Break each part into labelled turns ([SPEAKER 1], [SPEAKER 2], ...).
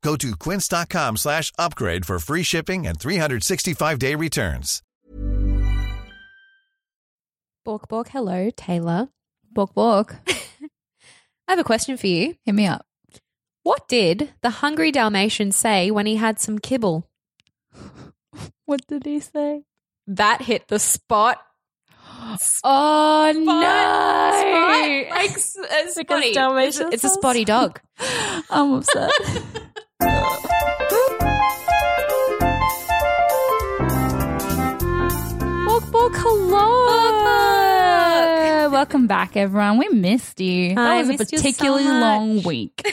[SPEAKER 1] Go to quince.com slash upgrade for free shipping and 365-day returns.
[SPEAKER 2] Bork Bork, hello, Taylor. Bork Bork. I have a question for you.
[SPEAKER 3] Hit me up.
[SPEAKER 2] What did the hungry Dalmatian say when he had some kibble?
[SPEAKER 3] What did he say?
[SPEAKER 2] That hit the spot.
[SPEAKER 3] Oh
[SPEAKER 2] Spot.
[SPEAKER 3] no!
[SPEAKER 2] Like, s- it's
[SPEAKER 3] Because
[SPEAKER 2] spotty. It's,
[SPEAKER 3] Dalmatians
[SPEAKER 2] it's a
[SPEAKER 3] are
[SPEAKER 2] spotty dog.
[SPEAKER 3] I'm upset.
[SPEAKER 2] Bork Bork, hello.
[SPEAKER 3] Uh, welcome back, everyone. We missed you. That
[SPEAKER 2] I
[SPEAKER 3] was a
[SPEAKER 2] missed you so
[SPEAKER 3] particularly
[SPEAKER 2] much.
[SPEAKER 3] long week.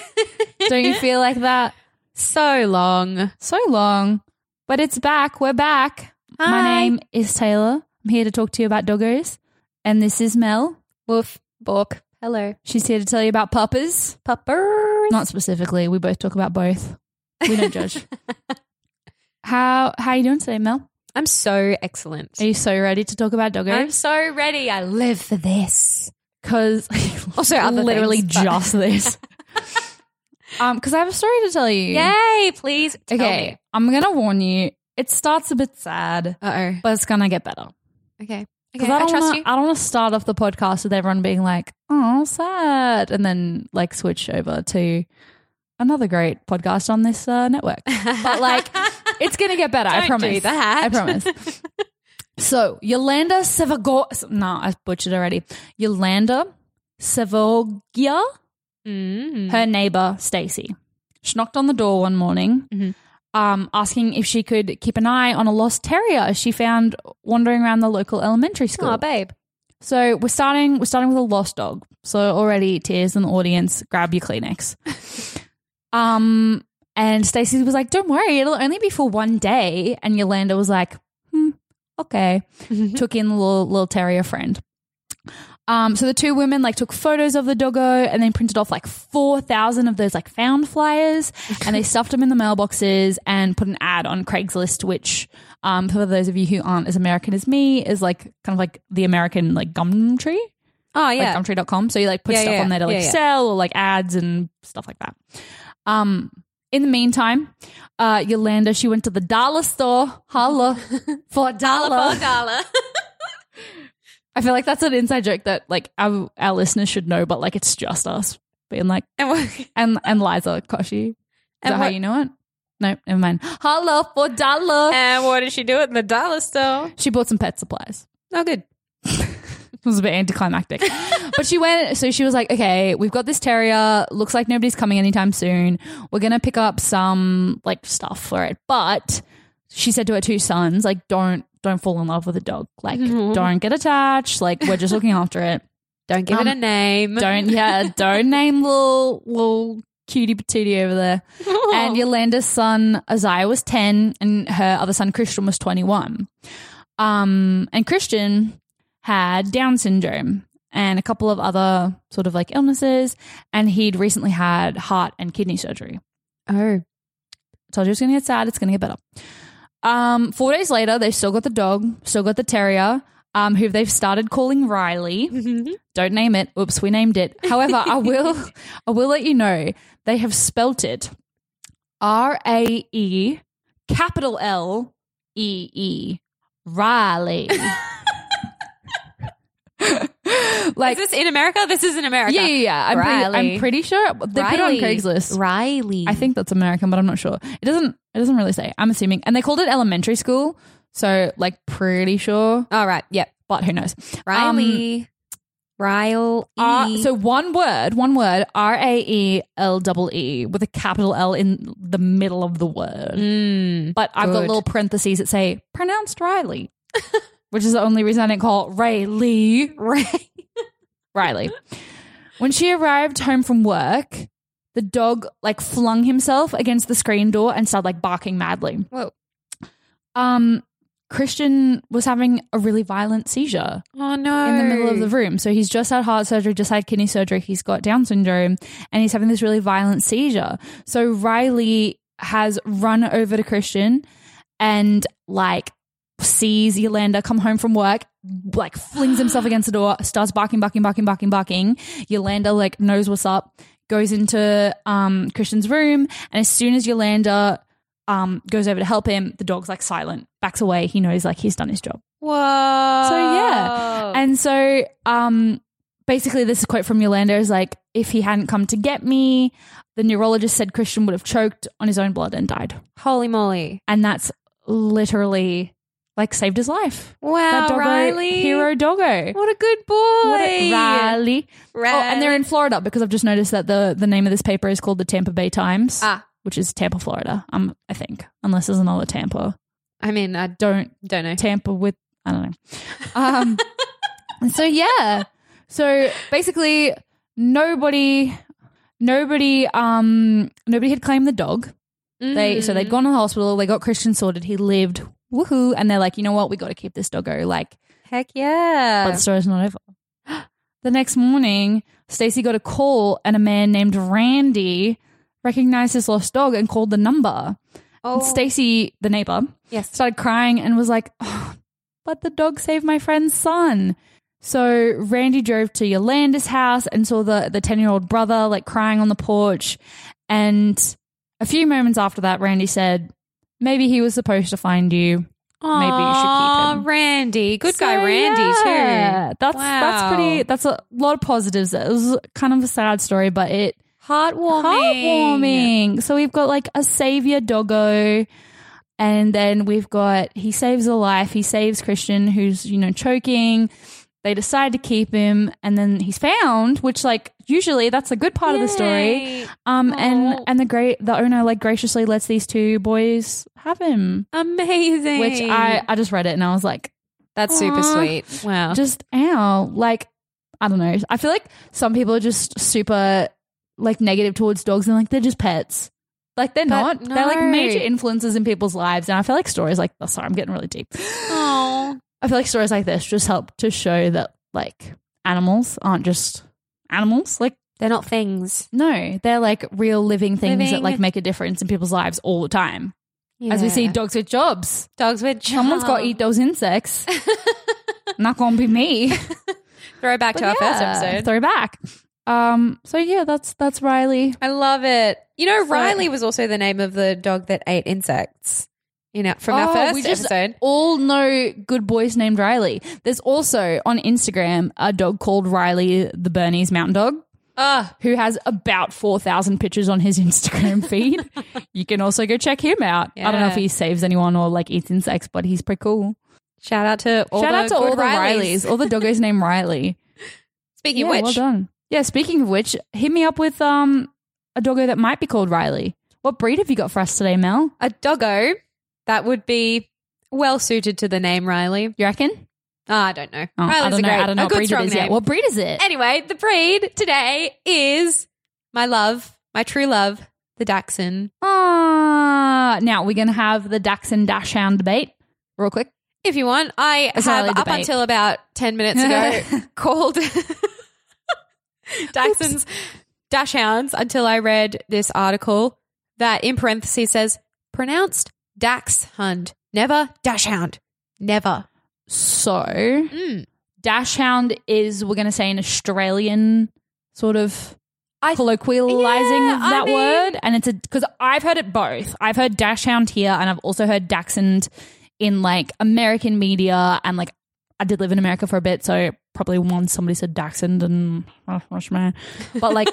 [SPEAKER 3] Don't you feel like that?
[SPEAKER 2] So long.
[SPEAKER 3] So long, but it's back. We're back. My
[SPEAKER 2] Hi.
[SPEAKER 3] name is Taylor. I'm here to talk to you about doggos, and this is Mel.
[SPEAKER 2] Woof. Bork. Hello.
[SPEAKER 3] She's here to tell you about puppers.
[SPEAKER 2] Puppers.
[SPEAKER 3] Not specifically. We both talk about both. We don't judge. how How you doing today, Mel?
[SPEAKER 2] I'm so excellent.
[SPEAKER 3] Are you so ready to talk about
[SPEAKER 2] I'm
[SPEAKER 3] doggos?
[SPEAKER 2] so ready. I live for this.
[SPEAKER 3] Because
[SPEAKER 2] Also other
[SPEAKER 3] literally
[SPEAKER 2] things, but-
[SPEAKER 3] just this. um, because I have a story to tell you.
[SPEAKER 2] Yay, please. Tell
[SPEAKER 3] Okay, I'm gonna warn you. It starts a bit sad,
[SPEAKER 2] Uh oh.
[SPEAKER 3] but it's gonna get better.
[SPEAKER 2] Okay. Okay.
[SPEAKER 3] 'Cause I,
[SPEAKER 2] I,
[SPEAKER 3] don't
[SPEAKER 2] trust
[SPEAKER 3] wanna,
[SPEAKER 2] you.
[SPEAKER 3] I don't want to start off the podcast with everyone being like, "Oh, sad," and then like switch over to another great podcast on this uh, network. But like, it's gonna get better. I
[SPEAKER 2] Don't
[SPEAKER 3] promise.
[SPEAKER 2] do that.
[SPEAKER 3] I promise. So Yolanda Sevagor, no, I butchered already. Yolanda Sevogia,
[SPEAKER 2] Mm-hmm. Mm.
[SPEAKER 3] her neighbor Stacy. She knocked on the door one morning,
[SPEAKER 2] Mhm.
[SPEAKER 3] um, asking if she could keep an eye on a lost terrier she found wandering around the local elementary school.
[SPEAKER 2] Aw, babe.
[SPEAKER 3] So we're starting. We're starting with a lost dog. So already tears in the audience. Grab your Kleenex. um, and Stacey was like, "Don't worry, it'll only be for one day." And Yolanda was like, hmm, "Okay." took in the little, little terrier friend. Um, so the two women like took photos of the doggo and then printed off like four thousand of those like found flyers, and they stuffed them in the mailboxes and put an ad on Craigslist, which um, for those of you who aren't as American as me is like kind of like the American like Gumtree,
[SPEAKER 2] Oh
[SPEAKER 3] like
[SPEAKER 2] yeah.
[SPEAKER 3] Gumtree.com. So you like put
[SPEAKER 2] Yeah,
[SPEAKER 3] stuff
[SPEAKER 2] yeah,
[SPEAKER 3] on there to like
[SPEAKER 2] yeah, yeah.
[SPEAKER 3] sell or like ads and stuff like that. Um, in the meantime, uh, Yolanda she went to the dollar store, holla for a dollar. I feel like that's an inside joke that like our, our listeners should know, but like it's just us being like
[SPEAKER 2] and what,
[SPEAKER 3] and and Liza Koshy. Is that how
[SPEAKER 2] what-
[SPEAKER 3] you know it? No, never mind. Hello for dollar.
[SPEAKER 2] and what did she do at the dollar store?
[SPEAKER 3] she bought some pet supplies.
[SPEAKER 2] Oh, good.
[SPEAKER 3] It was a bit anticlimactic, but she went. So she was like, "Okay, we've got this terrier. Looks like nobody's coming anytime soon. We're gonna pick up some like stuff for it." But she said to her two sons, "Like, don't don't fall in love with a dog. Like,
[SPEAKER 2] Mhm.
[SPEAKER 3] don't get attached. Like, we're just looking after it."
[SPEAKER 2] Don't give
[SPEAKER 3] Um,
[SPEAKER 2] it a name.
[SPEAKER 3] Don't yeah, don't name little little cutie patootie over there. And Yolanda's son Isaiah was ten, and her other son Christian was twenty one. Um, and Christian had Down syndrome and a couple of other sort of like illnesses, and he'd recently had heart and kidney surgery.
[SPEAKER 2] oh,
[SPEAKER 3] Told you it's gonna get sad. It's gonna get better. Um, four days later, they've still got the dog, still got the terrier, um, who they've started calling Riley.
[SPEAKER 2] Mm-hmm.
[SPEAKER 3] Don't name it. Oops, we named it. However, I will I will let you know they have spelt it R A E capital L E E Riley. like
[SPEAKER 2] is this in America? This is in America.
[SPEAKER 3] yeah, yeah, yeah. I'm, Pretty,
[SPEAKER 2] Riley.
[SPEAKER 3] I'm pretty sure they put it on Craigslist.
[SPEAKER 2] Riley.
[SPEAKER 3] I think that's American, but I'm not sure. It doesn't it doesn't really say. I'm assuming. And they called it elementary school, so like pretty sure,
[SPEAKER 2] All right. Yep.
[SPEAKER 3] but who knows. Um,
[SPEAKER 2] Riley. Rile.
[SPEAKER 3] R- so one word, one word, R A E L double E with a capital L in the middle of the word.
[SPEAKER 2] Mm.
[SPEAKER 3] But I've got
[SPEAKER 2] good.
[SPEAKER 3] little parentheses that say pronounced Riley, which is the only reason I didn't call it Riley.
[SPEAKER 2] Ray.
[SPEAKER 3] Riley. When she arrived home from work, the dog like flung himself against the screen door and started like barking madly.
[SPEAKER 2] Whoa.
[SPEAKER 3] Um, Christian was having a really violent seizure
[SPEAKER 2] Oh no!
[SPEAKER 3] in the middle of the room. So he's just had heart surgery, just had kidney surgery, he's got Down syndrome, and he's having this really violent seizure. So Riley has run over to Christian and like sees Yolanda come home from work, like flings himself against the door, starts barking, barking, barking, barking, barking. Yolanda like knows what's up, goes into um Christian's room, and as soon as Yolanda um goes over to help him, the dog's like silent, backs away. He knows like he's done his job.
[SPEAKER 2] Whoa!
[SPEAKER 3] So,
[SPEAKER 2] Oh.
[SPEAKER 3] yeah. And so, um, basically, this quote from Yolanda is like, if he hadn't come to get me, the neurologist said Christian would have choked on his own blood and died.
[SPEAKER 2] holy moly!
[SPEAKER 3] And that's literally like saved his life.
[SPEAKER 2] Wow,
[SPEAKER 3] that doggo,
[SPEAKER 2] Riley,
[SPEAKER 3] hero doggo.
[SPEAKER 2] What a good boy!
[SPEAKER 3] What a- Riley. Oh, and they're in Florida because I've just noticed that the, the name of this paper is called the Tampa Bay Times,
[SPEAKER 2] Ah,
[SPEAKER 3] which is Tampa, Florida, um, I think, unless there's another Tampa.
[SPEAKER 2] I mean, I
[SPEAKER 3] Don't
[SPEAKER 2] don't know.
[SPEAKER 3] tamper with I don't know. Um so yeah. So basically nobody nobody um nobody had claimed the dog. They so
[SPEAKER 2] Mm.
[SPEAKER 3] they'd gone to the hospital, they got Christian sorted, he lived, woohoo, and they're like, you know what, we gotta keep this doggo. Like
[SPEAKER 2] Heck
[SPEAKER 3] but
[SPEAKER 2] yeah!
[SPEAKER 3] the story's not over. The next morning, Stacy got a call and a man named Randy recognized his lost dog and called the number.
[SPEAKER 2] Oh,
[SPEAKER 3] And Stacy, the neighbor,
[SPEAKER 2] yes.
[SPEAKER 3] started crying and was like, "Oh, "But the dog saved my friend's son." So Randy drove to Yolanda's house and saw the the ten year old brother like crying on the porch, and a few moments after that, Randy said, "Maybe he was supposed to find you." Maybe you should keep
[SPEAKER 2] Aw,
[SPEAKER 3] him.
[SPEAKER 2] Randy, good
[SPEAKER 3] So,
[SPEAKER 2] guy, Randy too.
[SPEAKER 3] yeah, That's
[SPEAKER 2] Wow.
[SPEAKER 3] that's pretty. That's a lot of positives. It was kind of a sad story, but it
[SPEAKER 2] Heartwarming.
[SPEAKER 3] Heartwarming. So we've got like a savior doggo. And then we've got he saves a life. He saves Christian, who's, you know, choking. They decide to keep him. And then he's found, which, like, usually that's a good part of the story.
[SPEAKER 2] Yay.
[SPEAKER 3] Um, and,
[SPEAKER 2] Aw.
[SPEAKER 3] and the great, the owner, like, graciously lets these two boys have him,
[SPEAKER 2] Amazing.
[SPEAKER 3] which I, I just read it and I was like,
[SPEAKER 2] That's super
[SPEAKER 3] Aw.
[SPEAKER 2] sweet. Wow.
[SPEAKER 3] just ow like i don't know i feel like some people are just super like negative towards dogs and like they're just pets like they're
[SPEAKER 2] But
[SPEAKER 3] not they're like
[SPEAKER 2] no.
[SPEAKER 3] major influences in people's lives and i feel like stories like oh, sorry i'm getting really deep
[SPEAKER 2] Aw.
[SPEAKER 3] i feel like stories like this just help to show that like animals aren't just animals like
[SPEAKER 2] They're not things.
[SPEAKER 3] no they're like real living things that
[SPEAKER 2] Living-
[SPEAKER 3] like make a difference in people's lives all the time as we see
[SPEAKER 2] Yeah.
[SPEAKER 3] dogs with jobs
[SPEAKER 2] dogs with
[SPEAKER 3] someone's got to eat those insects not gonna be me
[SPEAKER 2] Throw back to our first episode.
[SPEAKER 3] Throw back. Um, so yeah, that's that's Riley.
[SPEAKER 2] I love it. You know,
[SPEAKER 3] So-
[SPEAKER 2] Riley was also the name of the dog that ate insects. You know, from our
[SPEAKER 3] Oh,
[SPEAKER 2] first
[SPEAKER 3] we just-
[SPEAKER 2] episode.
[SPEAKER 3] All know good boys named Riley. There's also on Instagram a dog called Riley the Bernese Mountain Dog. who has about 4,000 pictures on his Instagram feed. you can also go check him out. I don't know if
[SPEAKER 2] Yeah.
[SPEAKER 3] he saves anyone or like eats insects, but he's pretty cool.
[SPEAKER 2] Shout out to all
[SPEAKER 3] Shout
[SPEAKER 2] the
[SPEAKER 3] out to
[SPEAKER 2] good
[SPEAKER 3] all the
[SPEAKER 2] Rileys.
[SPEAKER 3] Rileys, all the doggos named Riley.
[SPEAKER 2] Speaking
[SPEAKER 3] yeah,
[SPEAKER 2] of
[SPEAKER 3] well
[SPEAKER 2] which,
[SPEAKER 3] done. Yeah, speaking of which, hit me up with um a doggo that might be called Riley. What breed have you got for us today, Mel?
[SPEAKER 2] a doggo that would be well suited to the name Riley.
[SPEAKER 3] You reckon?
[SPEAKER 2] Ah, I don't know.
[SPEAKER 3] Oh,
[SPEAKER 2] Riley's
[SPEAKER 3] I don't
[SPEAKER 2] a
[SPEAKER 3] know.
[SPEAKER 2] great,
[SPEAKER 3] I don't know
[SPEAKER 2] a
[SPEAKER 3] what
[SPEAKER 2] good
[SPEAKER 3] breed it
[SPEAKER 2] strong
[SPEAKER 3] is
[SPEAKER 2] name.
[SPEAKER 3] yet. What breed is it?
[SPEAKER 2] Anyway, the breed today is my love, my true love, the Dachshund.
[SPEAKER 3] Ah, now we're gonna have the Dachshund Dash Hound debate real quick.
[SPEAKER 2] If you want, I
[SPEAKER 3] It's not
[SPEAKER 2] have
[SPEAKER 3] really a
[SPEAKER 2] up
[SPEAKER 3] debate.
[SPEAKER 2] until about 10 minutes ago called Dachshunds Dash Hounds until I read this article that in parentheses says pronounced Dax Hund, never Dash Hound, never.
[SPEAKER 3] So
[SPEAKER 2] Mm.
[SPEAKER 3] Dash Hound is we're gonna say an Australian sort of
[SPEAKER 2] I-
[SPEAKER 3] colloquializing
[SPEAKER 2] Yeah,
[SPEAKER 3] of
[SPEAKER 2] I
[SPEAKER 3] that
[SPEAKER 2] mean-
[SPEAKER 3] word, and it's a because I've heard it both. I've heard Dash Hound here, and I've also heard Dachshund in like American media, and like I did live in America for a bit, so probably once somebody said Dachshund, and oh, but like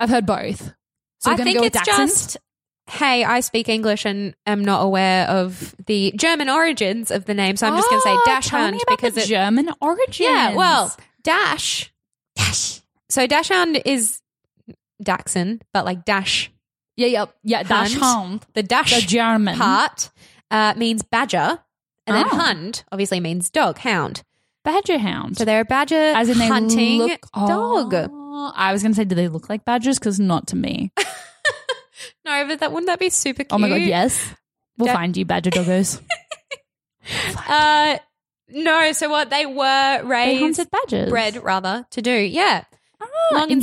[SPEAKER 3] I've heard both. So we're
[SPEAKER 2] I
[SPEAKER 3] gonna
[SPEAKER 2] think
[SPEAKER 3] go with
[SPEAKER 2] it's
[SPEAKER 3] Dachshund?
[SPEAKER 2] just, hey, I speak English and am not aware of the German origins of the name, so I'm just going to say
[SPEAKER 3] Oh,
[SPEAKER 2] Dash
[SPEAKER 3] tell me
[SPEAKER 2] Hound
[SPEAKER 3] about
[SPEAKER 2] because
[SPEAKER 3] the
[SPEAKER 2] it,
[SPEAKER 3] German origin.
[SPEAKER 2] yeah, well, Dash, Dash. So Dash Hound is Dachshund, but like Dash,
[SPEAKER 3] yeah, yeah, yeah. Dash Hound,
[SPEAKER 2] the Dash
[SPEAKER 3] the German
[SPEAKER 2] part uh, means badger, and then
[SPEAKER 3] Oh.
[SPEAKER 2] Hund obviously means dog, hound.
[SPEAKER 3] badger hound.
[SPEAKER 2] So they're a badger
[SPEAKER 3] as in they
[SPEAKER 2] hunting
[SPEAKER 3] look,
[SPEAKER 2] dog.
[SPEAKER 3] Oh, I was gonna say, do they look like badgers? Because not to me.
[SPEAKER 2] No, but that wouldn't that be super cute?
[SPEAKER 3] Oh my god, yes. We'll
[SPEAKER 2] Da-
[SPEAKER 3] find you, badger doggos.
[SPEAKER 2] Uh, no, so what they were
[SPEAKER 3] They
[SPEAKER 2] raised,
[SPEAKER 3] hunted badgers.
[SPEAKER 2] bred rather, to do. Yeah.
[SPEAKER 3] Ah,
[SPEAKER 2] Long
[SPEAKER 3] in
[SPEAKER 2] and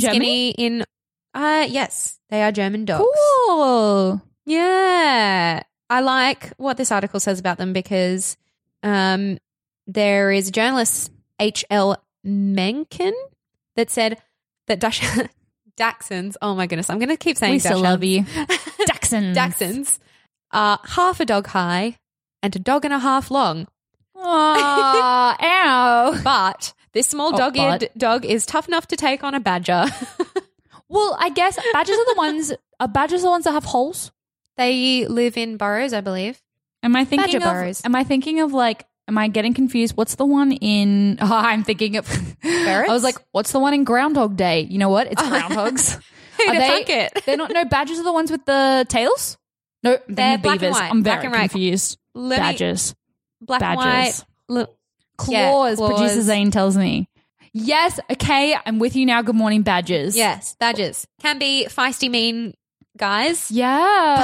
[SPEAKER 2] skinny
[SPEAKER 3] Germany?
[SPEAKER 2] in. Uh, yes, they are German dogs.
[SPEAKER 3] Cool.
[SPEAKER 2] Yeah. I like what this article says about them because um, there is a journalist, H.L. Mencken, that said that Dash- Dachshunds, oh my goodness, I'm going to keep saying
[SPEAKER 3] we still
[SPEAKER 2] Dachshunds.
[SPEAKER 3] love you. Daxons.
[SPEAKER 2] Dachshunds are half a dog high and a dog and a half long. Ah,
[SPEAKER 3] Aw, ow.
[SPEAKER 2] But this small
[SPEAKER 3] Oh,
[SPEAKER 2] dog eared dog is tough enough to take on a badger.
[SPEAKER 3] Well, I guess badgers are the ones. Are badgers the ones that have holes?
[SPEAKER 2] they live in burrows, I believe.
[SPEAKER 3] Am I thinking
[SPEAKER 2] Badger
[SPEAKER 3] of?
[SPEAKER 2] burrows.
[SPEAKER 3] Am I thinking of like? Am I getting confused? What's the one in? Oh, I'm thinking of. I was like, what's the one in Groundhog Day? You know what? It's groundhogs.
[SPEAKER 2] Who'd
[SPEAKER 3] Are
[SPEAKER 2] have
[SPEAKER 3] they-
[SPEAKER 2] thunk it?
[SPEAKER 3] They're not. No, badgers are the ones with the tails. No, I'm thinking
[SPEAKER 2] They're
[SPEAKER 3] of
[SPEAKER 2] black and
[SPEAKER 3] beavers.
[SPEAKER 2] white,
[SPEAKER 3] I'm
[SPEAKER 2] black
[SPEAKER 3] very
[SPEAKER 2] and white.
[SPEAKER 3] confused.
[SPEAKER 2] Let me-
[SPEAKER 3] badgers.
[SPEAKER 2] black and
[SPEAKER 3] Badgers.
[SPEAKER 2] white. Look, Yeah,
[SPEAKER 3] Claws,
[SPEAKER 2] claws.
[SPEAKER 3] Producer Zane tells me. Yes. Okay. I'm with you now. Good morning, badgers.
[SPEAKER 2] Yes, badgers can be feisty, mean guys.
[SPEAKER 3] Yeah.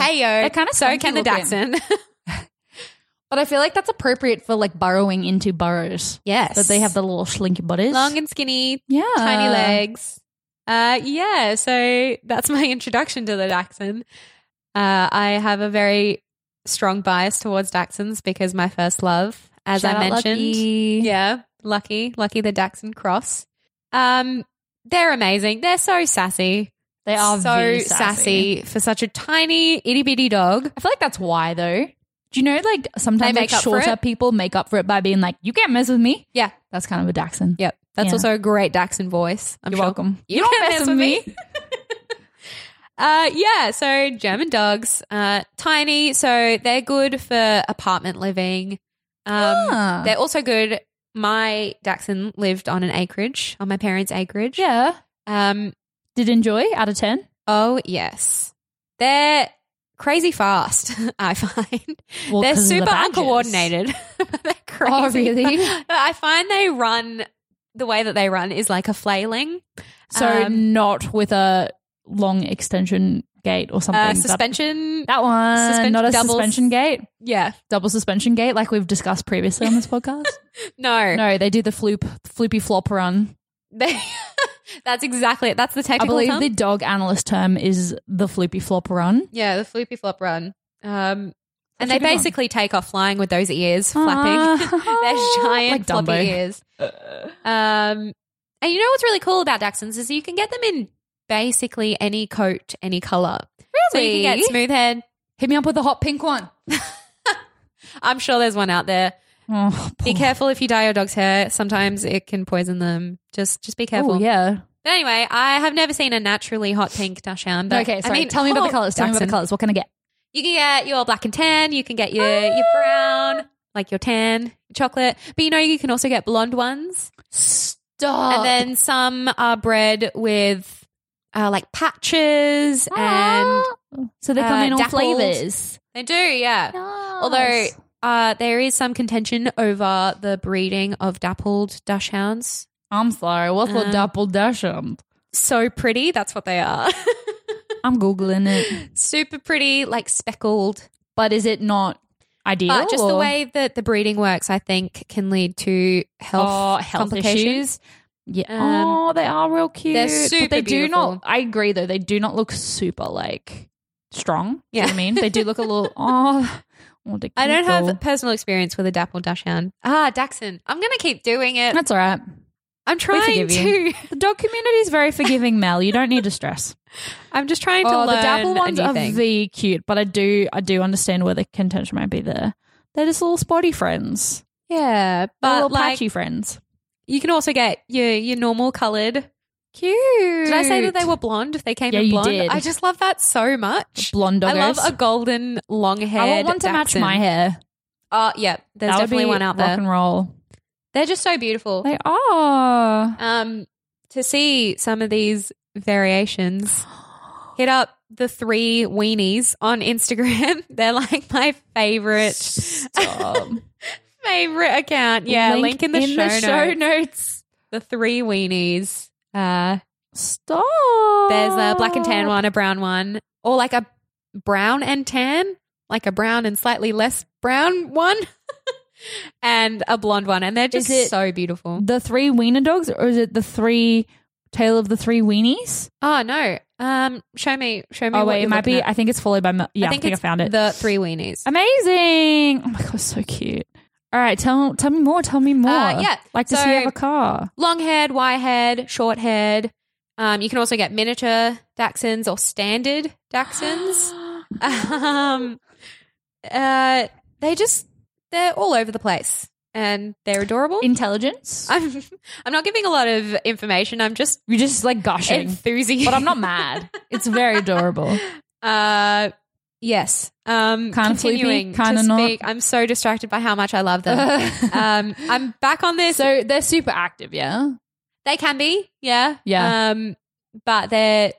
[SPEAKER 2] But heyo,
[SPEAKER 3] they're kinda
[SPEAKER 2] so can
[SPEAKER 3] funky
[SPEAKER 2] the
[SPEAKER 3] looking.
[SPEAKER 2] dachshund.
[SPEAKER 3] But I feel like that's appropriate for like burrowing into burrows.
[SPEAKER 2] yes,
[SPEAKER 3] That they have the little slinky bodies.
[SPEAKER 2] long and skinny,
[SPEAKER 3] yeah.
[SPEAKER 2] tiny legs. Ah. Uh, yeah, so that's my introduction to the dachshund. Uh, I have a very strong bias towards dachshunds because my first love, as
[SPEAKER 3] Shout
[SPEAKER 2] I
[SPEAKER 3] out
[SPEAKER 2] mentioned,
[SPEAKER 3] Lucky.
[SPEAKER 2] yeah, lucky, lucky the dachshund cross. Um, they're amazing. They're so sassy.
[SPEAKER 3] They are
[SPEAKER 2] so
[SPEAKER 3] very
[SPEAKER 2] sassy. for such a tiny itty bitty dog.
[SPEAKER 3] I feel like that's why though. Do you know like sometimes
[SPEAKER 2] They
[SPEAKER 3] like
[SPEAKER 2] make up for
[SPEAKER 3] shorter
[SPEAKER 2] it?
[SPEAKER 3] people make up for it by being like, You can't mess with me.
[SPEAKER 2] Yeah.
[SPEAKER 3] That's kind of a dachshund.
[SPEAKER 2] Yep. That's
[SPEAKER 3] Yeah.
[SPEAKER 2] also a great Daxon voice. I'm
[SPEAKER 3] You're
[SPEAKER 2] sure.
[SPEAKER 3] welcome.
[SPEAKER 2] You don't mess with me. Uh, yeah, so German dogs, uh, tiny, so they're good for apartment living. Um,
[SPEAKER 3] Ah.
[SPEAKER 2] They're also good. My Dachshund lived on an acreage, on my parents' acreage.
[SPEAKER 3] yeah.
[SPEAKER 2] Um,
[SPEAKER 3] Did enjoy out of ten.
[SPEAKER 2] oh, yes. They're crazy fast, I find.
[SPEAKER 3] Well,
[SPEAKER 2] they're
[SPEAKER 3] 'cause of the
[SPEAKER 2] super
[SPEAKER 3] badgers.
[SPEAKER 2] uncoordinated. they're crazy.
[SPEAKER 3] Oh, really?
[SPEAKER 2] But I find they run the way that they run is like a flailing
[SPEAKER 3] So
[SPEAKER 2] Um,
[SPEAKER 3] not with a long extension gate or something.
[SPEAKER 2] uh,
[SPEAKER 3] That-
[SPEAKER 2] suspension.
[SPEAKER 3] That, one.
[SPEAKER 2] Suspension-
[SPEAKER 3] not a
[SPEAKER 2] doubles.
[SPEAKER 3] suspension gate.
[SPEAKER 2] yeah,
[SPEAKER 3] Double suspension gate like we've discussed previously on this podcast.
[SPEAKER 2] no,
[SPEAKER 3] no, they do the floop floopy flop run.
[SPEAKER 2] They- that's exactly it. That's the
[SPEAKER 3] I
[SPEAKER 2] technical
[SPEAKER 3] believe
[SPEAKER 2] term.
[SPEAKER 3] the dog analyst term is the floopy flop run.
[SPEAKER 2] yeah, the floopy flop run. Um, and they
[SPEAKER 3] Floopy run.
[SPEAKER 2] basically take off flying with those ears flapping. They're giant
[SPEAKER 3] Like Dumbo.
[SPEAKER 2] floppy ears. Um, and you know what's really cool about Dachshunds is you can get them in basically any coat, any color. So you can
[SPEAKER 3] Really?
[SPEAKER 2] get smooth head.
[SPEAKER 3] Hit me up with the hot pink one.
[SPEAKER 2] I'm sure there's one out there.
[SPEAKER 3] Oh,
[SPEAKER 2] Be careful if you dye your dog's hair. Sometimes it can poison them. Just just be careful.
[SPEAKER 3] Oh, yeah.
[SPEAKER 2] But anyway, I have never seen a naturally hot pink Dachshund. But
[SPEAKER 3] okay, sorry.
[SPEAKER 2] I mean,
[SPEAKER 3] tell me about the
[SPEAKER 2] oh,
[SPEAKER 3] colors. Tell me about
[SPEAKER 2] Dachshund.
[SPEAKER 3] the colors. What can I get?
[SPEAKER 2] You can get your black and tan. You can get your your brown, like your tan, chocolate. But you know, you can also get blonde ones,
[SPEAKER 3] Stop.
[SPEAKER 2] and then some are bred with uh, like patches, and
[SPEAKER 3] and so they come
[SPEAKER 2] uh,
[SPEAKER 3] in all
[SPEAKER 2] dappled.
[SPEAKER 3] flavors.
[SPEAKER 2] they do, yeah. Although
[SPEAKER 3] Yes.
[SPEAKER 2] uh, there is some contention over the breeding of dappled dachshunds.
[SPEAKER 3] I'm sorry, what's
[SPEAKER 2] Um,
[SPEAKER 3] a dapple dashund?
[SPEAKER 2] So pretty, that's what they are.
[SPEAKER 3] I'm googling it.
[SPEAKER 2] Super pretty, like speckled.
[SPEAKER 3] But is it not ideal?
[SPEAKER 2] But just the
[SPEAKER 3] or-
[SPEAKER 2] way that the breeding works, I think, can lead to health,
[SPEAKER 3] Oh, health
[SPEAKER 2] complications.
[SPEAKER 3] issues. Yeah.
[SPEAKER 2] Um,
[SPEAKER 3] oh, they are real cute.
[SPEAKER 2] super
[SPEAKER 3] but they do
[SPEAKER 2] beautiful.
[SPEAKER 3] not. I agree though. They do not look super like strong. Yeah.
[SPEAKER 2] Yeah.
[SPEAKER 3] I mean, they do look a little. Oh, oh, they're
[SPEAKER 2] I don't have
[SPEAKER 3] cute.
[SPEAKER 2] personal experience with a dapple dachshund. Ah, Dachshund. I'm going to keep doing it.
[SPEAKER 3] That's all right.
[SPEAKER 2] I'm trying
[SPEAKER 3] forgive you.
[SPEAKER 2] to.
[SPEAKER 3] The dog community is very forgiving, Mel. You don't need to stress.
[SPEAKER 2] I'm just trying to
[SPEAKER 3] oh,
[SPEAKER 2] learn
[SPEAKER 3] the dapple ones
[SPEAKER 2] a new
[SPEAKER 3] are
[SPEAKER 2] thing.
[SPEAKER 3] v cute, but I do I do understand where the contention might be there. They're just little spotty friends,
[SPEAKER 2] yeah,
[SPEAKER 3] They're
[SPEAKER 2] but
[SPEAKER 3] little
[SPEAKER 2] like
[SPEAKER 3] patchy friends.
[SPEAKER 2] you can also get your your normal coloured.
[SPEAKER 3] Cute.
[SPEAKER 2] Did I say that they were blonde? They came
[SPEAKER 3] Yeah,
[SPEAKER 2] in
[SPEAKER 3] you
[SPEAKER 2] blonde.
[SPEAKER 3] did.
[SPEAKER 2] I just love that so much.
[SPEAKER 3] blonde doggos?
[SPEAKER 2] I love a golden long hair.
[SPEAKER 3] I want one to match my hair.
[SPEAKER 2] Oh yeah, there's
[SPEAKER 3] that would
[SPEAKER 2] definitely
[SPEAKER 3] be
[SPEAKER 2] one out
[SPEAKER 3] rock
[SPEAKER 2] there.
[SPEAKER 3] and roll.
[SPEAKER 2] They're just so beautiful.
[SPEAKER 3] They are.
[SPEAKER 2] um, to see some of these variations, hit up the three weenies on Instagram. They're like my favorite,
[SPEAKER 3] Stop.
[SPEAKER 2] favorite account. Yeah, link, in the, show, notes.
[SPEAKER 3] notes.
[SPEAKER 2] The three weenies. Uh,
[SPEAKER 3] Stop.
[SPEAKER 2] there's a black and tan one, a brown one, or like a brown and tan, like a brown and slightly less brown one and a blonde one, and they're just
[SPEAKER 3] it-
[SPEAKER 2] so beautiful.
[SPEAKER 3] The three wiener dogs, or is it the three tail of the three weenies?
[SPEAKER 2] Oh no! Um, show me, show me.
[SPEAKER 3] Oh
[SPEAKER 2] what
[SPEAKER 3] wait,
[SPEAKER 2] you're
[SPEAKER 3] it might
[SPEAKER 2] looking
[SPEAKER 3] be.
[SPEAKER 2] at.
[SPEAKER 3] I think it's followed by. Mo- Yeah, I think, I,
[SPEAKER 2] it's
[SPEAKER 3] found it.
[SPEAKER 2] The three weenies.
[SPEAKER 3] Amazing! Oh my god, so cute. All right, tell tell me more. Tell me more.
[SPEAKER 2] Uh, yeah,
[SPEAKER 3] like does
[SPEAKER 2] so-
[SPEAKER 3] he have a car?
[SPEAKER 2] long haired, wide haired, short haired. Um, you can also get miniature dachshunds or standard dachshunds. um, uh, they just they're all over the place and they're adorable.
[SPEAKER 3] Intelligence.
[SPEAKER 2] I'm I'm not giving a lot of information. I'm just
[SPEAKER 3] You're just like gushing,
[SPEAKER 2] enthusiastic.
[SPEAKER 3] but I'm not mad. It's very adorable.
[SPEAKER 2] Uh, yes. Um,
[SPEAKER 3] Kinda sleepy,
[SPEAKER 2] continuing
[SPEAKER 3] kinda
[SPEAKER 2] to
[SPEAKER 3] not.
[SPEAKER 2] speak. I'm so distracted by how much I love them. um, I'm back on this.
[SPEAKER 3] so they're super active, yeah.
[SPEAKER 2] They can be, yeah,
[SPEAKER 3] Yeah.
[SPEAKER 2] Um, but they're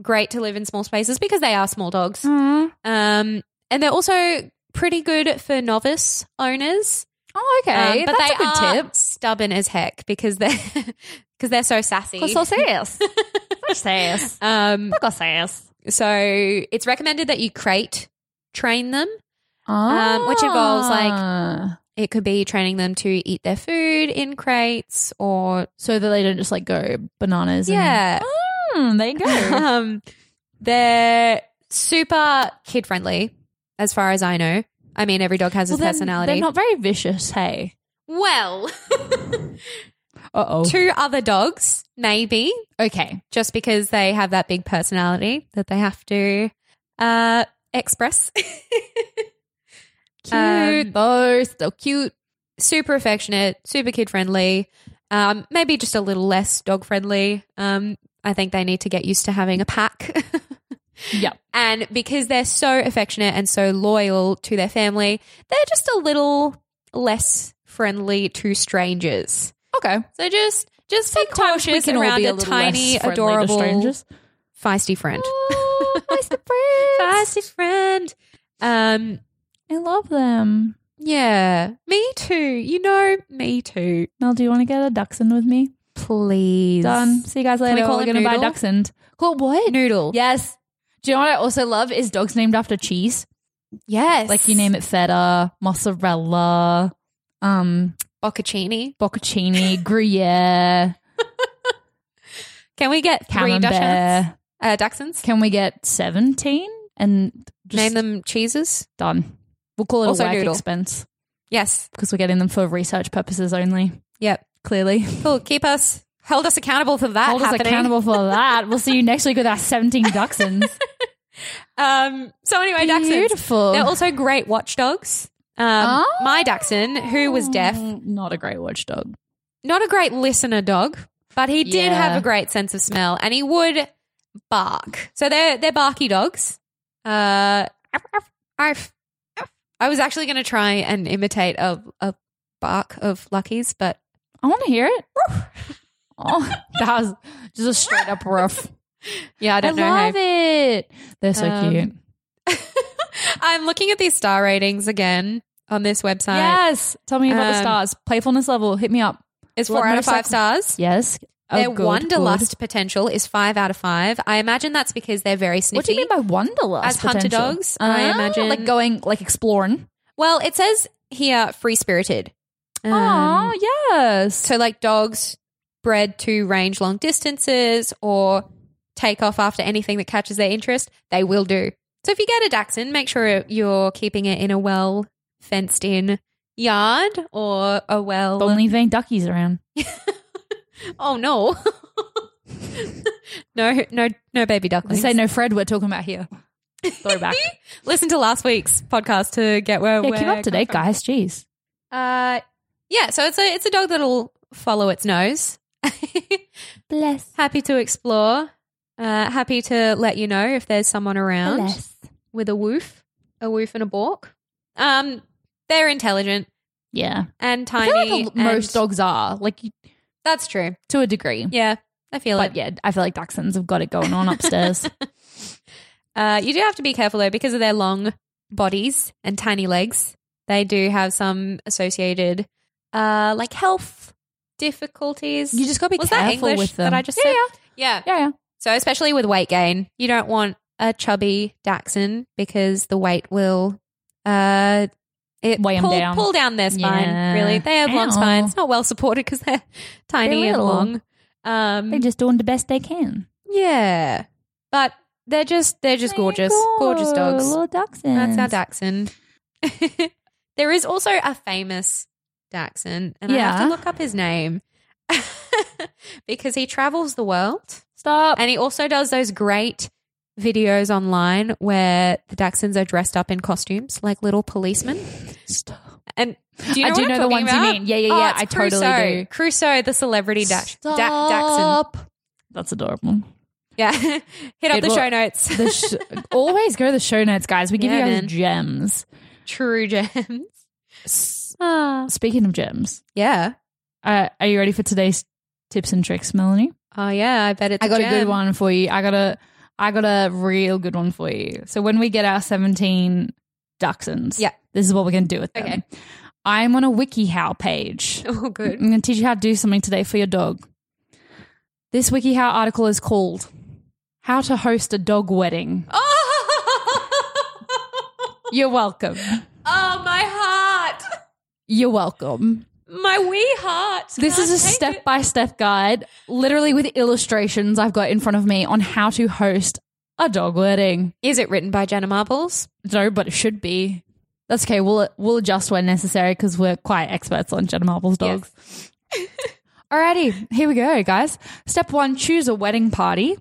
[SPEAKER 2] great to live in small spaces because they are small dogs.
[SPEAKER 3] Mm.
[SPEAKER 2] Um, and they're also pretty good for novice owners.
[SPEAKER 3] Oh, okay.
[SPEAKER 2] Um,
[SPEAKER 3] That's
[SPEAKER 2] they
[SPEAKER 3] a good
[SPEAKER 2] are
[SPEAKER 3] tip.
[SPEAKER 2] stubborn as heck because they're because they're so sassy.
[SPEAKER 3] serious. serious.
[SPEAKER 2] Um,
[SPEAKER 3] serious.
[SPEAKER 2] so it's recommended that you crate train them.
[SPEAKER 3] Um,
[SPEAKER 2] which involves, like- It could be training them to eat their food in crates or
[SPEAKER 3] so that they don't just like go bananas. and-
[SPEAKER 2] yeah.
[SPEAKER 3] Mm, there you go.
[SPEAKER 2] um, they're super kid friendly, as far as I know. I mean, every dog has
[SPEAKER 3] Well,
[SPEAKER 2] its
[SPEAKER 3] they're-
[SPEAKER 2] personality.
[SPEAKER 3] They're not very vicious. Hey.
[SPEAKER 2] well,
[SPEAKER 3] Uh oh.
[SPEAKER 2] two other dogs, maybe,
[SPEAKER 3] Okay.
[SPEAKER 2] just because they have that big personality that they have to uh, express.
[SPEAKER 3] Cute
[SPEAKER 2] Um,
[SPEAKER 3] though. Still cute.
[SPEAKER 2] super affectionate, super kid friendly. Um, maybe just a little less dog friendly. Um, I think they need to get used to having a pack.
[SPEAKER 3] Yep.
[SPEAKER 2] And because they're so affectionate and so loyal to their family, they're just a little less friendly to strangers.
[SPEAKER 3] Okay.
[SPEAKER 2] So just just be
[SPEAKER 3] Sometimes we
[SPEAKER 2] cautious
[SPEAKER 3] can all
[SPEAKER 2] around
[SPEAKER 3] be
[SPEAKER 2] a,
[SPEAKER 3] little
[SPEAKER 2] tiny,
[SPEAKER 3] less friendly to
[SPEAKER 2] adorable,
[SPEAKER 3] strangers.
[SPEAKER 2] feisty friend.
[SPEAKER 3] Oh, my friends.
[SPEAKER 2] Feisty friend. Um,
[SPEAKER 3] I love them.
[SPEAKER 2] yeah, me too. You know, me too.
[SPEAKER 3] Mel, do you want to get a dachshund with me?
[SPEAKER 2] Please,
[SPEAKER 3] Done. See you guys later.
[SPEAKER 2] we call
[SPEAKER 3] We're
[SPEAKER 2] him
[SPEAKER 3] gonna buy a
[SPEAKER 2] Noodle?
[SPEAKER 3] dachshund. Call what?
[SPEAKER 2] Noodle.
[SPEAKER 3] Yes. Do you know what I also love is dogs named after cheese?
[SPEAKER 2] Yes,
[SPEAKER 3] Like you name it feta, mozzarella, um,
[SPEAKER 2] boccaccini.
[SPEAKER 3] bocconcini, gruyere,
[SPEAKER 2] Can we get three Dachshunds?
[SPEAKER 3] camembert.
[SPEAKER 2] Uh, Dachshunds.
[SPEAKER 3] Can we get 17 and just
[SPEAKER 2] Name them cheeses.
[SPEAKER 3] done? We'll call it
[SPEAKER 2] Also
[SPEAKER 3] a wag
[SPEAKER 2] noodle.
[SPEAKER 3] expense
[SPEAKER 2] Yes.
[SPEAKER 3] because we're getting them for research purposes only.
[SPEAKER 2] Yep.
[SPEAKER 3] Clearly.
[SPEAKER 2] Cool. Keep us hold us accountable for that.
[SPEAKER 3] Hold us
[SPEAKER 2] happening.
[SPEAKER 3] accountable for that. We'll see you next week with our 17 dachshunds.
[SPEAKER 2] Um. So anyway, dachshunds.
[SPEAKER 3] Beautiful.
[SPEAKER 2] They're also great watchdogs. Um,
[SPEAKER 3] Oh.
[SPEAKER 2] My dachshund, who was deaf,
[SPEAKER 3] Mm, Not a great watchdog.
[SPEAKER 2] not a great listener dog, but he did
[SPEAKER 3] Yeah.
[SPEAKER 2] have a great sense of smell, and he would bark. So they're they're barky dogs. Uh, arf. I was actually going to try and imitate a a bark of Lucky's, but
[SPEAKER 3] I want to hear it. oh, that was just a straight up roof.
[SPEAKER 2] yeah, I
[SPEAKER 3] I,
[SPEAKER 2] don't know. how-
[SPEAKER 3] love it. They're so
[SPEAKER 2] Um,
[SPEAKER 3] cute.
[SPEAKER 2] I'm looking at these star ratings again on this website.
[SPEAKER 3] Yes. Tell me about the
[SPEAKER 2] Um,
[SPEAKER 3] stars. Playfulness level. Hit me up.
[SPEAKER 2] It's four
[SPEAKER 3] Well,
[SPEAKER 2] out of
[SPEAKER 3] most
[SPEAKER 2] five
[SPEAKER 3] likely-
[SPEAKER 2] stars.
[SPEAKER 3] Yes. Oh,
[SPEAKER 2] Their
[SPEAKER 3] good,
[SPEAKER 2] wanderlust
[SPEAKER 3] good.
[SPEAKER 2] potential is five out of five. I imagine that's because they're very sniffy.
[SPEAKER 3] What do you mean by wanderlust?
[SPEAKER 2] As hunter
[SPEAKER 3] potential? Oh,
[SPEAKER 2] dogs, I imagine-
[SPEAKER 3] like going like exploring.
[SPEAKER 2] well, it says here free spirited. Um,
[SPEAKER 3] oh yes.
[SPEAKER 2] So, like dogs bred to range long distances or take off after anything that catches their interest, they will do. So, if you get a dachshund, make sure you're keeping it in a well fenced in yard or a well.
[SPEAKER 3] The only thing duckies around.
[SPEAKER 2] Oh no. no, no, no baby
[SPEAKER 3] They
[SPEAKER 2] ducklings.
[SPEAKER 3] say no, Fred. We're talking about here. Throwback.
[SPEAKER 2] Listen to last week's podcast to get where
[SPEAKER 3] yeah,
[SPEAKER 2] we're
[SPEAKER 3] keep up to
[SPEAKER 2] coming
[SPEAKER 3] date,
[SPEAKER 2] from.
[SPEAKER 3] guys. Jeez.
[SPEAKER 2] Uh, yeah, so it's a it's a dog that'll follow its nose.
[SPEAKER 3] Bless.
[SPEAKER 2] happy to explore. Uh, happy to let you know if there's someone around
[SPEAKER 3] Bless.
[SPEAKER 2] with a woof, a woof and a bork. Um, they're intelligent
[SPEAKER 3] Yeah.
[SPEAKER 2] and
[SPEAKER 3] I
[SPEAKER 2] tiny.
[SPEAKER 3] feel like a-
[SPEAKER 2] and-
[SPEAKER 3] most dogs are like you-
[SPEAKER 2] That's true.
[SPEAKER 3] to a degree.
[SPEAKER 2] Yeah, I feel
[SPEAKER 3] But
[SPEAKER 2] it.
[SPEAKER 3] yeah, I feel like dachshunds have got it going on upstairs.
[SPEAKER 2] Uh, you do have to be careful though because of their long bodies and tiny legs. They do have some associated, uh, like health difficulties.
[SPEAKER 3] You just gotta be
[SPEAKER 2] Was that
[SPEAKER 3] careful
[SPEAKER 2] English
[SPEAKER 3] with them.
[SPEAKER 2] that I just
[SPEAKER 3] yeah,
[SPEAKER 2] said? Yeah.
[SPEAKER 3] yeah, yeah,
[SPEAKER 2] So especially with weight gain, you don't want a chubby dachshund because the weight will uh, It
[SPEAKER 3] Weigh 'em
[SPEAKER 2] pull,
[SPEAKER 3] down.
[SPEAKER 2] pull down their spine.
[SPEAKER 3] Yeah.
[SPEAKER 2] Really, they have long
[SPEAKER 3] Ow.
[SPEAKER 2] spines. Not well supported because they're tiny
[SPEAKER 3] They're
[SPEAKER 2] and
[SPEAKER 3] little.
[SPEAKER 2] long. Um,
[SPEAKER 3] They're just doing the best they can.
[SPEAKER 2] yeah, but they're just they're just gorgeous, gorgeous dogs.
[SPEAKER 3] Little dachshunds.
[SPEAKER 2] That's our dachshund. there is also a famous dachshund, and I have
[SPEAKER 3] Yeah.
[SPEAKER 2] to look up his name because he travels the world.
[SPEAKER 3] Stop.
[SPEAKER 2] And he also does those great videos online where the dachshunds are dressed up in costumes like little policemen.
[SPEAKER 3] Stop.
[SPEAKER 2] And do you know
[SPEAKER 3] I
[SPEAKER 2] what
[SPEAKER 3] do
[SPEAKER 2] I'm
[SPEAKER 3] know the
[SPEAKER 2] talking
[SPEAKER 3] ones
[SPEAKER 2] about?
[SPEAKER 3] you mean. Yeah, yeah, yeah.
[SPEAKER 2] Oh,
[SPEAKER 3] I
[SPEAKER 2] it's
[SPEAKER 3] totally
[SPEAKER 2] Crusoe.
[SPEAKER 3] do.
[SPEAKER 2] Crusoe, the celebrity dash, da- dachshund.
[SPEAKER 3] Stop. That's adorable.
[SPEAKER 2] Yeah, hit up
[SPEAKER 3] Dude,
[SPEAKER 2] the
[SPEAKER 3] what-
[SPEAKER 2] show notes.
[SPEAKER 3] The sh- always go to the show notes, guys. We give
[SPEAKER 2] Yeah,
[SPEAKER 3] you guys
[SPEAKER 2] man.
[SPEAKER 3] gems.
[SPEAKER 2] True gems.
[SPEAKER 3] S- Speaking of gems,
[SPEAKER 2] Yeah.
[SPEAKER 3] uh, are you ready for today's tips and tricks, Melanie?
[SPEAKER 2] Oh yeah, I bet it's.
[SPEAKER 3] I got a
[SPEAKER 2] gem.
[SPEAKER 3] good one for you. I got a I got a real good one for you. So when we get our 17 dachshunds,
[SPEAKER 2] Yeah.
[SPEAKER 3] this is what we're going to do with them.
[SPEAKER 2] Okay.
[SPEAKER 3] I'm on a WikiHow page.
[SPEAKER 2] Oh,
[SPEAKER 3] I'm
[SPEAKER 2] good.
[SPEAKER 3] going to teach you how to do something today for your dog. This WikiHow article is called How to Host a Dog Wedding.
[SPEAKER 2] Oh,
[SPEAKER 3] You're welcome.
[SPEAKER 2] oh my heart.
[SPEAKER 3] You're welcome.
[SPEAKER 2] My wee heart.
[SPEAKER 3] This is a
[SPEAKER 2] Can't take
[SPEAKER 3] step
[SPEAKER 2] it.
[SPEAKER 3] by step guide, literally with illustrations I've got in front of me on how to host a dog wedding.
[SPEAKER 2] Is it written by Jenna Marbles?
[SPEAKER 3] No, but it should be. That's okay. We'll we'll adjust when necessary because we're quite experts on Jenna Marbles dogs. Alrighty, here we go, guys. Step one: choose a wedding party.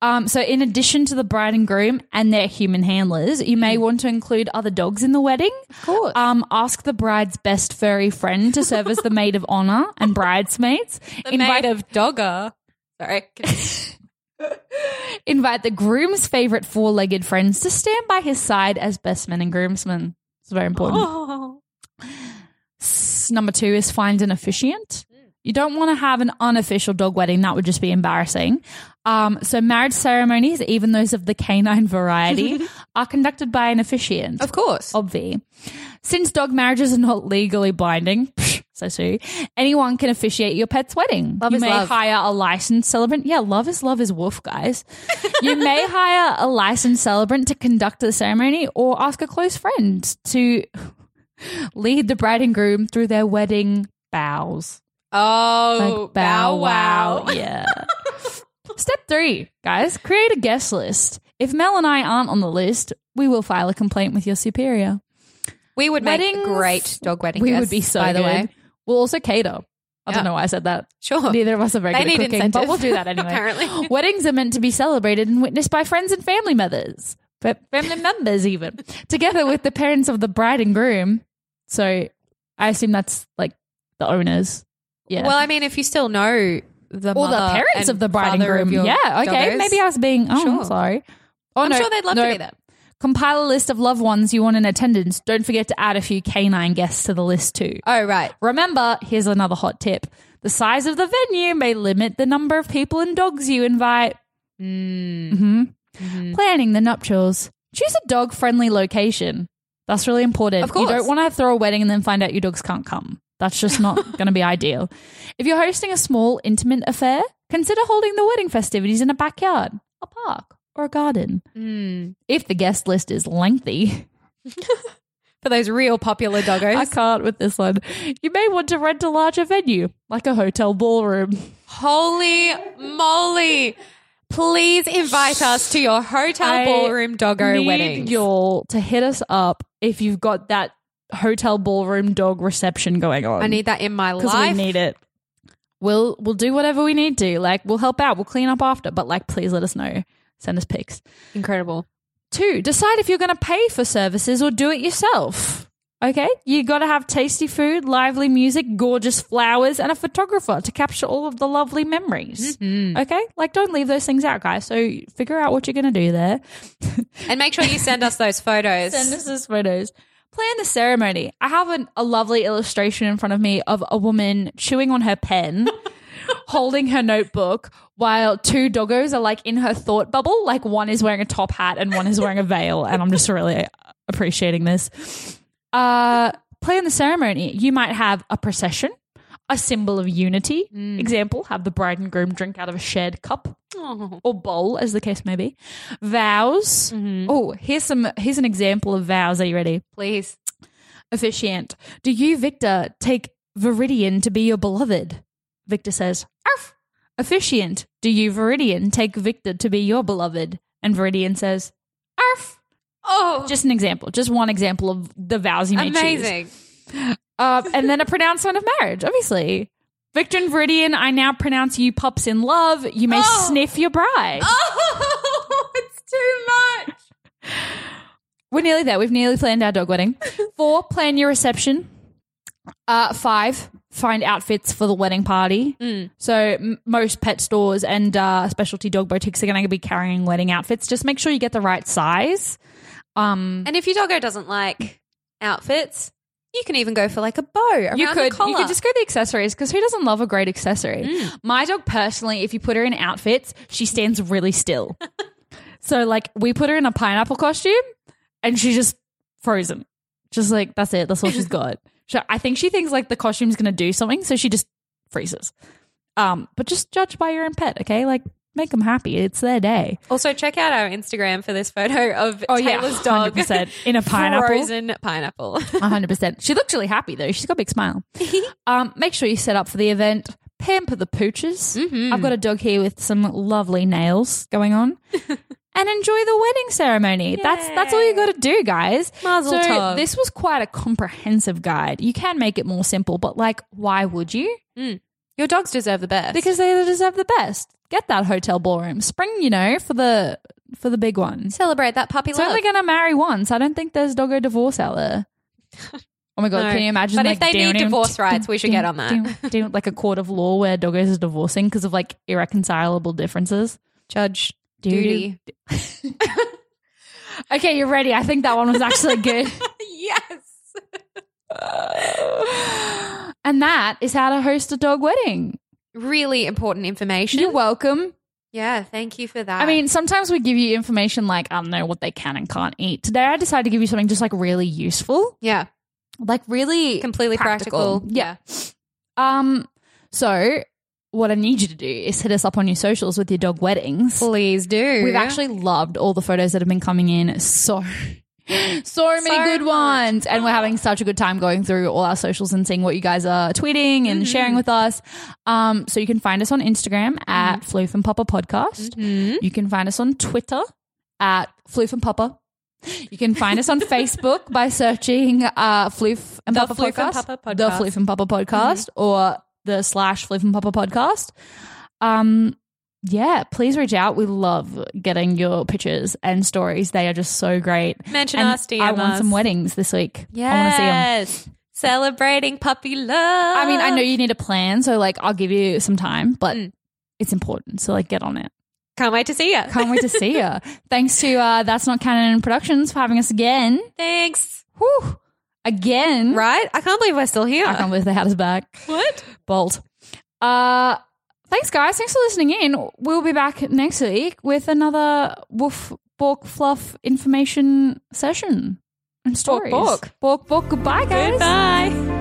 [SPEAKER 3] Um, so, in addition to the bride and groom and their human handlers, you may want to include other dogs in the wedding.
[SPEAKER 2] Mm-hmm. Of course.
[SPEAKER 3] Um, ask the bride's best furry friend to serve as the maid of honor and bridesmaids.
[SPEAKER 2] the maid of Dogger. Sorry.
[SPEAKER 3] Invite the groom's favorite four legged friends to stand by his side as best men and groomsmen. It's very important.
[SPEAKER 2] oh.
[SPEAKER 3] S- Number two is find an officiant. You don't want to have an unofficial dog wedding, that would just be embarrassing. Um, so, marriage ceremonies, even those of the canine variety, are conducted by an officiant.
[SPEAKER 2] Of course.
[SPEAKER 3] Obvi. Since dog marriages are not legally binding, so Sue, anyone can officiate your pet's wedding.
[SPEAKER 2] Love
[SPEAKER 3] you
[SPEAKER 2] is
[SPEAKER 3] may
[SPEAKER 2] love.
[SPEAKER 3] hire a licensed celebrant. Yeah, love is love is wolf, guys. you may hire a licensed celebrant to conduct the ceremony or ask a close friend to lead the bride and groom through their wedding bows. Like,
[SPEAKER 2] Oh, bow wow.
[SPEAKER 3] Yeah. Step three, guys, create a guest list. If Mel and I aren't on the list, we will file a complaint with your superior.
[SPEAKER 2] We would make
[SPEAKER 3] Weddings-
[SPEAKER 2] great dog wedding
[SPEAKER 3] We would
[SPEAKER 2] guests,
[SPEAKER 3] be so
[SPEAKER 2] by the
[SPEAKER 3] good.
[SPEAKER 2] way.
[SPEAKER 3] We'll also cater. I
[SPEAKER 2] Yeah.
[SPEAKER 3] don't know why I said that.
[SPEAKER 2] Sure.
[SPEAKER 3] Neither of us are very
[SPEAKER 2] They
[SPEAKER 3] good at
[SPEAKER 2] need
[SPEAKER 3] cooking, but
[SPEAKER 2] incentive,
[SPEAKER 3] we'll do that anyway. Oh,
[SPEAKER 2] apparently.
[SPEAKER 3] Weddings are meant to be celebrated and witnessed by friends and family members, but family members even, together with the parents of the bride and groom. So I assume that's like the owners. Yeah.
[SPEAKER 2] Well, I mean, if you still know the
[SPEAKER 3] or the
[SPEAKER 2] mother and
[SPEAKER 3] parents of the bride and
[SPEAKER 2] father of
[SPEAKER 3] groom.
[SPEAKER 2] your
[SPEAKER 3] Yeah. Okay.
[SPEAKER 2] doggos,
[SPEAKER 3] Maybe I was being, oh,
[SPEAKER 2] Sure.
[SPEAKER 3] sorry. Oh,
[SPEAKER 2] I'm
[SPEAKER 3] no,
[SPEAKER 2] sure they'd love
[SPEAKER 3] no.
[SPEAKER 2] to do that.
[SPEAKER 3] Compile a list of loved ones you want in attendance. Don't forget to add a few canine guests to the list too.
[SPEAKER 2] Oh, right.
[SPEAKER 3] Remember, here's another hot tip the size of the venue may limit the number of people and dogs you invite.
[SPEAKER 2] Mm.
[SPEAKER 3] hmm
[SPEAKER 2] Mm-hmm.
[SPEAKER 3] Planning the nuptials. Choose a dog friendly location. That's really important.
[SPEAKER 2] Of
[SPEAKER 3] You
[SPEAKER 2] course.
[SPEAKER 3] don't want to throw a wedding and then find out your dogs can't come. That's just not going to be ideal. If you're hosting a small, intimate affair, consider holding the wedding festivities in a backyard, a park, or a garden.
[SPEAKER 2] Mm.
[SPEAKER 3] If the guest list is lengthy,
[SPEAKER 2] For those real popular doggos.
[SPEAKER 3] I can't with this one. You may want to rent a larger venue, like a hotel ballroom.
[SPEAKER 2] Holy moly. Please invite us to your hotel
[SPEAKER 3] I
[SPEAKER 2] ballroom doggo
[SPEAKER 3] need
[SPEAKER 2] wedding.
[SPEAKER 3] y'all to hit us up if you've got that hotel ballroom dog reception going on.
[SPEAKER 2] I need that in my
[SPEAKER 3] because we
[SPEAKER 2] life.
[SPEAKER 3] need it. We'll we'll do whatever we need to. Like we'll help out. We'll clean up after. But like, please let us know. Send us pics.
[SPEAKER 2] Incredible.
[SPEAKER 3] Two, decide if you're going to pay for services or do it yourself. Okay, you got to have tasty food, lively music, gorgeous flowers, and a photographer to capture all of the lovely memories.
[SPEAKER 2] Mm-hmm.
[SPEAKER 3] Okay, like don't leave those things out, guys. So figure out what you're going to do there.
[SPEAKER 2] And make sure you send us those photos.
[SPEAKER 3] Send us those photos. Plan the ceremony. I have an, a lovely illustration in front of me of a woman chewing on her pen, holding her notebook, while two doggos are like in her thought bubble. Like one is wearing a top hat and one is wearing a veil. And I'm just really appreciating this. Uh, plan the ceremony. You might have a procession, a symbol of unity. Example: have the bride and groom drink out of a shared cup
[SPEAKER 2] Oh.
[SPEAKER 3] or bowl, as the case may be.
[SPEAKER 2] Mm-hmm.
[SPEAKER 3] Vows. Oh, here's some. Here's an example of vows. Are you ready?
[SPEAKER 2] Please.
[SPEAKER 3] Officiant. Do you, Victor, take Viridian to be your beloved? Victor says, Arf! Officiant. Do you, Viridian, take Victor to be your beloved? And Viridian says, Arf!
[SPEAKER 2] Oh,
[SPEAKER 3] Just an example. Just one example of the vows you may choose.
[SPEAKER 2] amazing.
[SPEAKER 3] Uh, and then a pronouncement of marriage, obviously. Victor and Viridian, I now pronounce you pups in love. You may
[SPEAKER 2] Oh.
[SPEAKER 3] sniff your bride.
[SPEAKER 2] Oh, it's too much.
[SPEAKER 3] We're nearly there. We've nearly planned our dog wedding. Four, plan your reception. Uh, five, find outfits for the wedding party. So m- most pet stores and uh, specialty dog boutiques are going to be carrying wedding outfits. Just make sure you get the right size. Um,
[SPEAKER 2] And if your doggo doesn't like outfits, you can even go for like a bow around
[SPEAKER 3] you could
[SPEAKER 2] the collar. Mm.
[SPEAKER 3] you could just go the accessories because who doesn't love a great accessory? My dog personally, if you put her in outfits, she stands really still. so like we put her in a pineapple costume, and she just frozen, just like that's it. That's all she's got. so I think she thinks like the costume's gonna do something, so she just freezes. Um, but just judge by your own pet, okay? Like make them happy. It's their day.
[SPEAKER 2] also check out our Instagram for this photo of
[SPEAKER 3] Oh,
[SPEAKER 2] Taylor's dog
[SPEAKER 3] 100% in a pineapple.
[SPEAKER 2] frozen pineapple.
[SPEAKER 3] hundred percent. She looked really happy though. She's got a big smile. um, make sure you set up for the event. Pamper the pooches. I've got a dog here with some lovely nails going on. And enjoy the wedding ceremony. That's that's all you got to do, guys.
[SPEAKER 2] Mazel
[SPEAKER 3] so
[SPEAKER 2] tov.
[SPEAKER 3] this was quite a comprehensive guide. You can make it more simple, but like, why would you?
[SPEAKER 2] Your dogs deserve the best
[SPEAKER 3] Because they deserve the best. Get that hotel ballroom. Spring, you know, for the for the big ones.
[SPEAKER 2] celebrate that puppy
[SPEAKER 3] It's only
[SPEAKER 2] love.
[SPEAKER 3] going to marry once. I don't think there's doggo divorce out there. Oh my god!
[SPEAKER 2] No.
[SPEAKER 3] Can you imagine?
[SPEAKER 2] But
[SPEAKER 3] like,
[SPEAKER 2] if they need divorce rights, we should get on that.
[SPEAKER 3] Do, like a court of law where doggos are divorcing because of like irreconcilable differences.
[SPEAKER 2] Judge
[SPEAKER 3] Duty. Okay, you're ready. I think that one was actually good.
[SPEAKER 2] yes.
[SPEAKER 3] and that is how to host a dog wedding.
[SPEAKER 2] Really important information.
[SPEAKER 3] You're welcome.
[SPEAKER 2] yeah, thank you for that.
[SPEAKER 3] I mean, sometimes we give you information like I don't know what they can and can't eat. Today, I decided to give you something just like really useful,
[SPEAKER 2] yeah,
[SPEAKER 3] like really
[SPEAKER 2] completely practical.
[SPEAKER 3] Yeah. Um, so what I need you to do is hit us up on your socials with your dog weddings.
[SPEAKER 2] Please do.
[SPEAKER 3] We've actually loved all the photos that have been coming in. So so many
[SPEAKER 2] So
[SPEAKER 3] good
[SPEAKER 2] much.
[SPEAKER 3] ones. And we're having such a good time going through all our socials and seeing what you guys are tweeting and sharing with us. Um, so you can find us on Instagram at Floof and Papa Podcast.
[SPEAKER 2] Hmm.
[SPEAKER 3] You can find us on Twitter at Floof and Papa. You can find us on Facebook by searching uh, Floof and
[SPEAKER 2] The
[SPEAKER 3] Papa
[SPEAKER 2] Floof and
[SPEAKER 3] Podcast,
[SPEAKER 2] Papa
[SPEAKER 3] the
[SPEAKER 2] Podcast. Mm-hmm.
[SPEAKER 3] Floof and Papa Podcast, or the slash Floof and Papa Podcast. Um, yeah, please reach out. We love getting your pictures and stories. They are just so great.
[SPEAKER 2] mention
[SPEAKER 3] And
[SPEAKER 2] us, DM
[SPEAKER 3] I want
[SPEAKER 2] us.
[SPEAKER 3] some weddings this week.
[SPEAKER 2] Yes.
[SPEAKER 3] I want to see them.
[SPEAKER 2] Celebrating puppy love.
[SPEAKER 3] I mean, I know you need a plan, so like I'll give you some time, but
[SPEAKER 2] Mm.
[SPEAKER 3] it's important. So like, get on it.
[SPEAKER 2] Can't wait to see you.
[SPEAKER 3] Can't wait to see you. Thanks to uh, that's not canon productions for having us again.
[SPEAKER 2] Thanks.
[SPEAKER 3] Whew. Again,
[SPEAKER 2] Right? I can't believe we're still here.
[SPEAKER 3] I can't believe they had us back.
[SPEAKER 2] What?
[SPEAKER 3] Bolt. Uh, thanks, guys. Thanks for listening in. We'll be back next week with another Woof Bork Fluff information session and stories.
[SPEAKER 2] bork.
[SPEAKER 3] Bork, bork. Goodbye, guys.
[SPEAKER 2] Goodbye.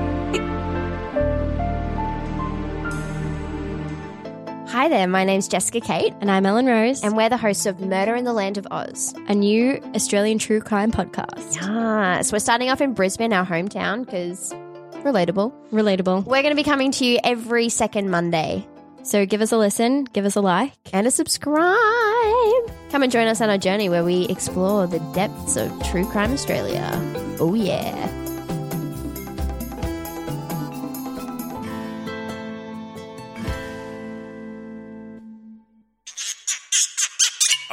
[SPEAKER 4] Hi there, my name's Jessica Kate,
[SPEAKER 5] And I'm Ellen Rose.
[SPEAKER 4] and we're the hosts of Murder in the Land of Oz.
[SPEAKER 5] a new Australian true crime podcast.
[SPEAKER 4] Yes, Ah, we're starting off in Brisbane, our hometown, because relatable.
[SPEAKER 5] Relatable.
[SPEAKER 4] We're going to be coming to you every second Monday.
[SPEAKER 5] So give us a listen, give us a like.
[SPEAKER 4] And a subscribe. Come and join us on our journey where we explore the depths of true crime Australia. Oh, yeah.
[SPEAKER 6] A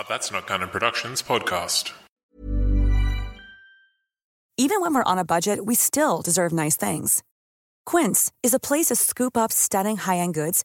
[SPEAKER 6] Uh, That's Not Canon Productions podcast.
[SPEAKER 7] Even when we're on a budget, we still deserve nice things. Quince is a place to scoop up stunning high end goods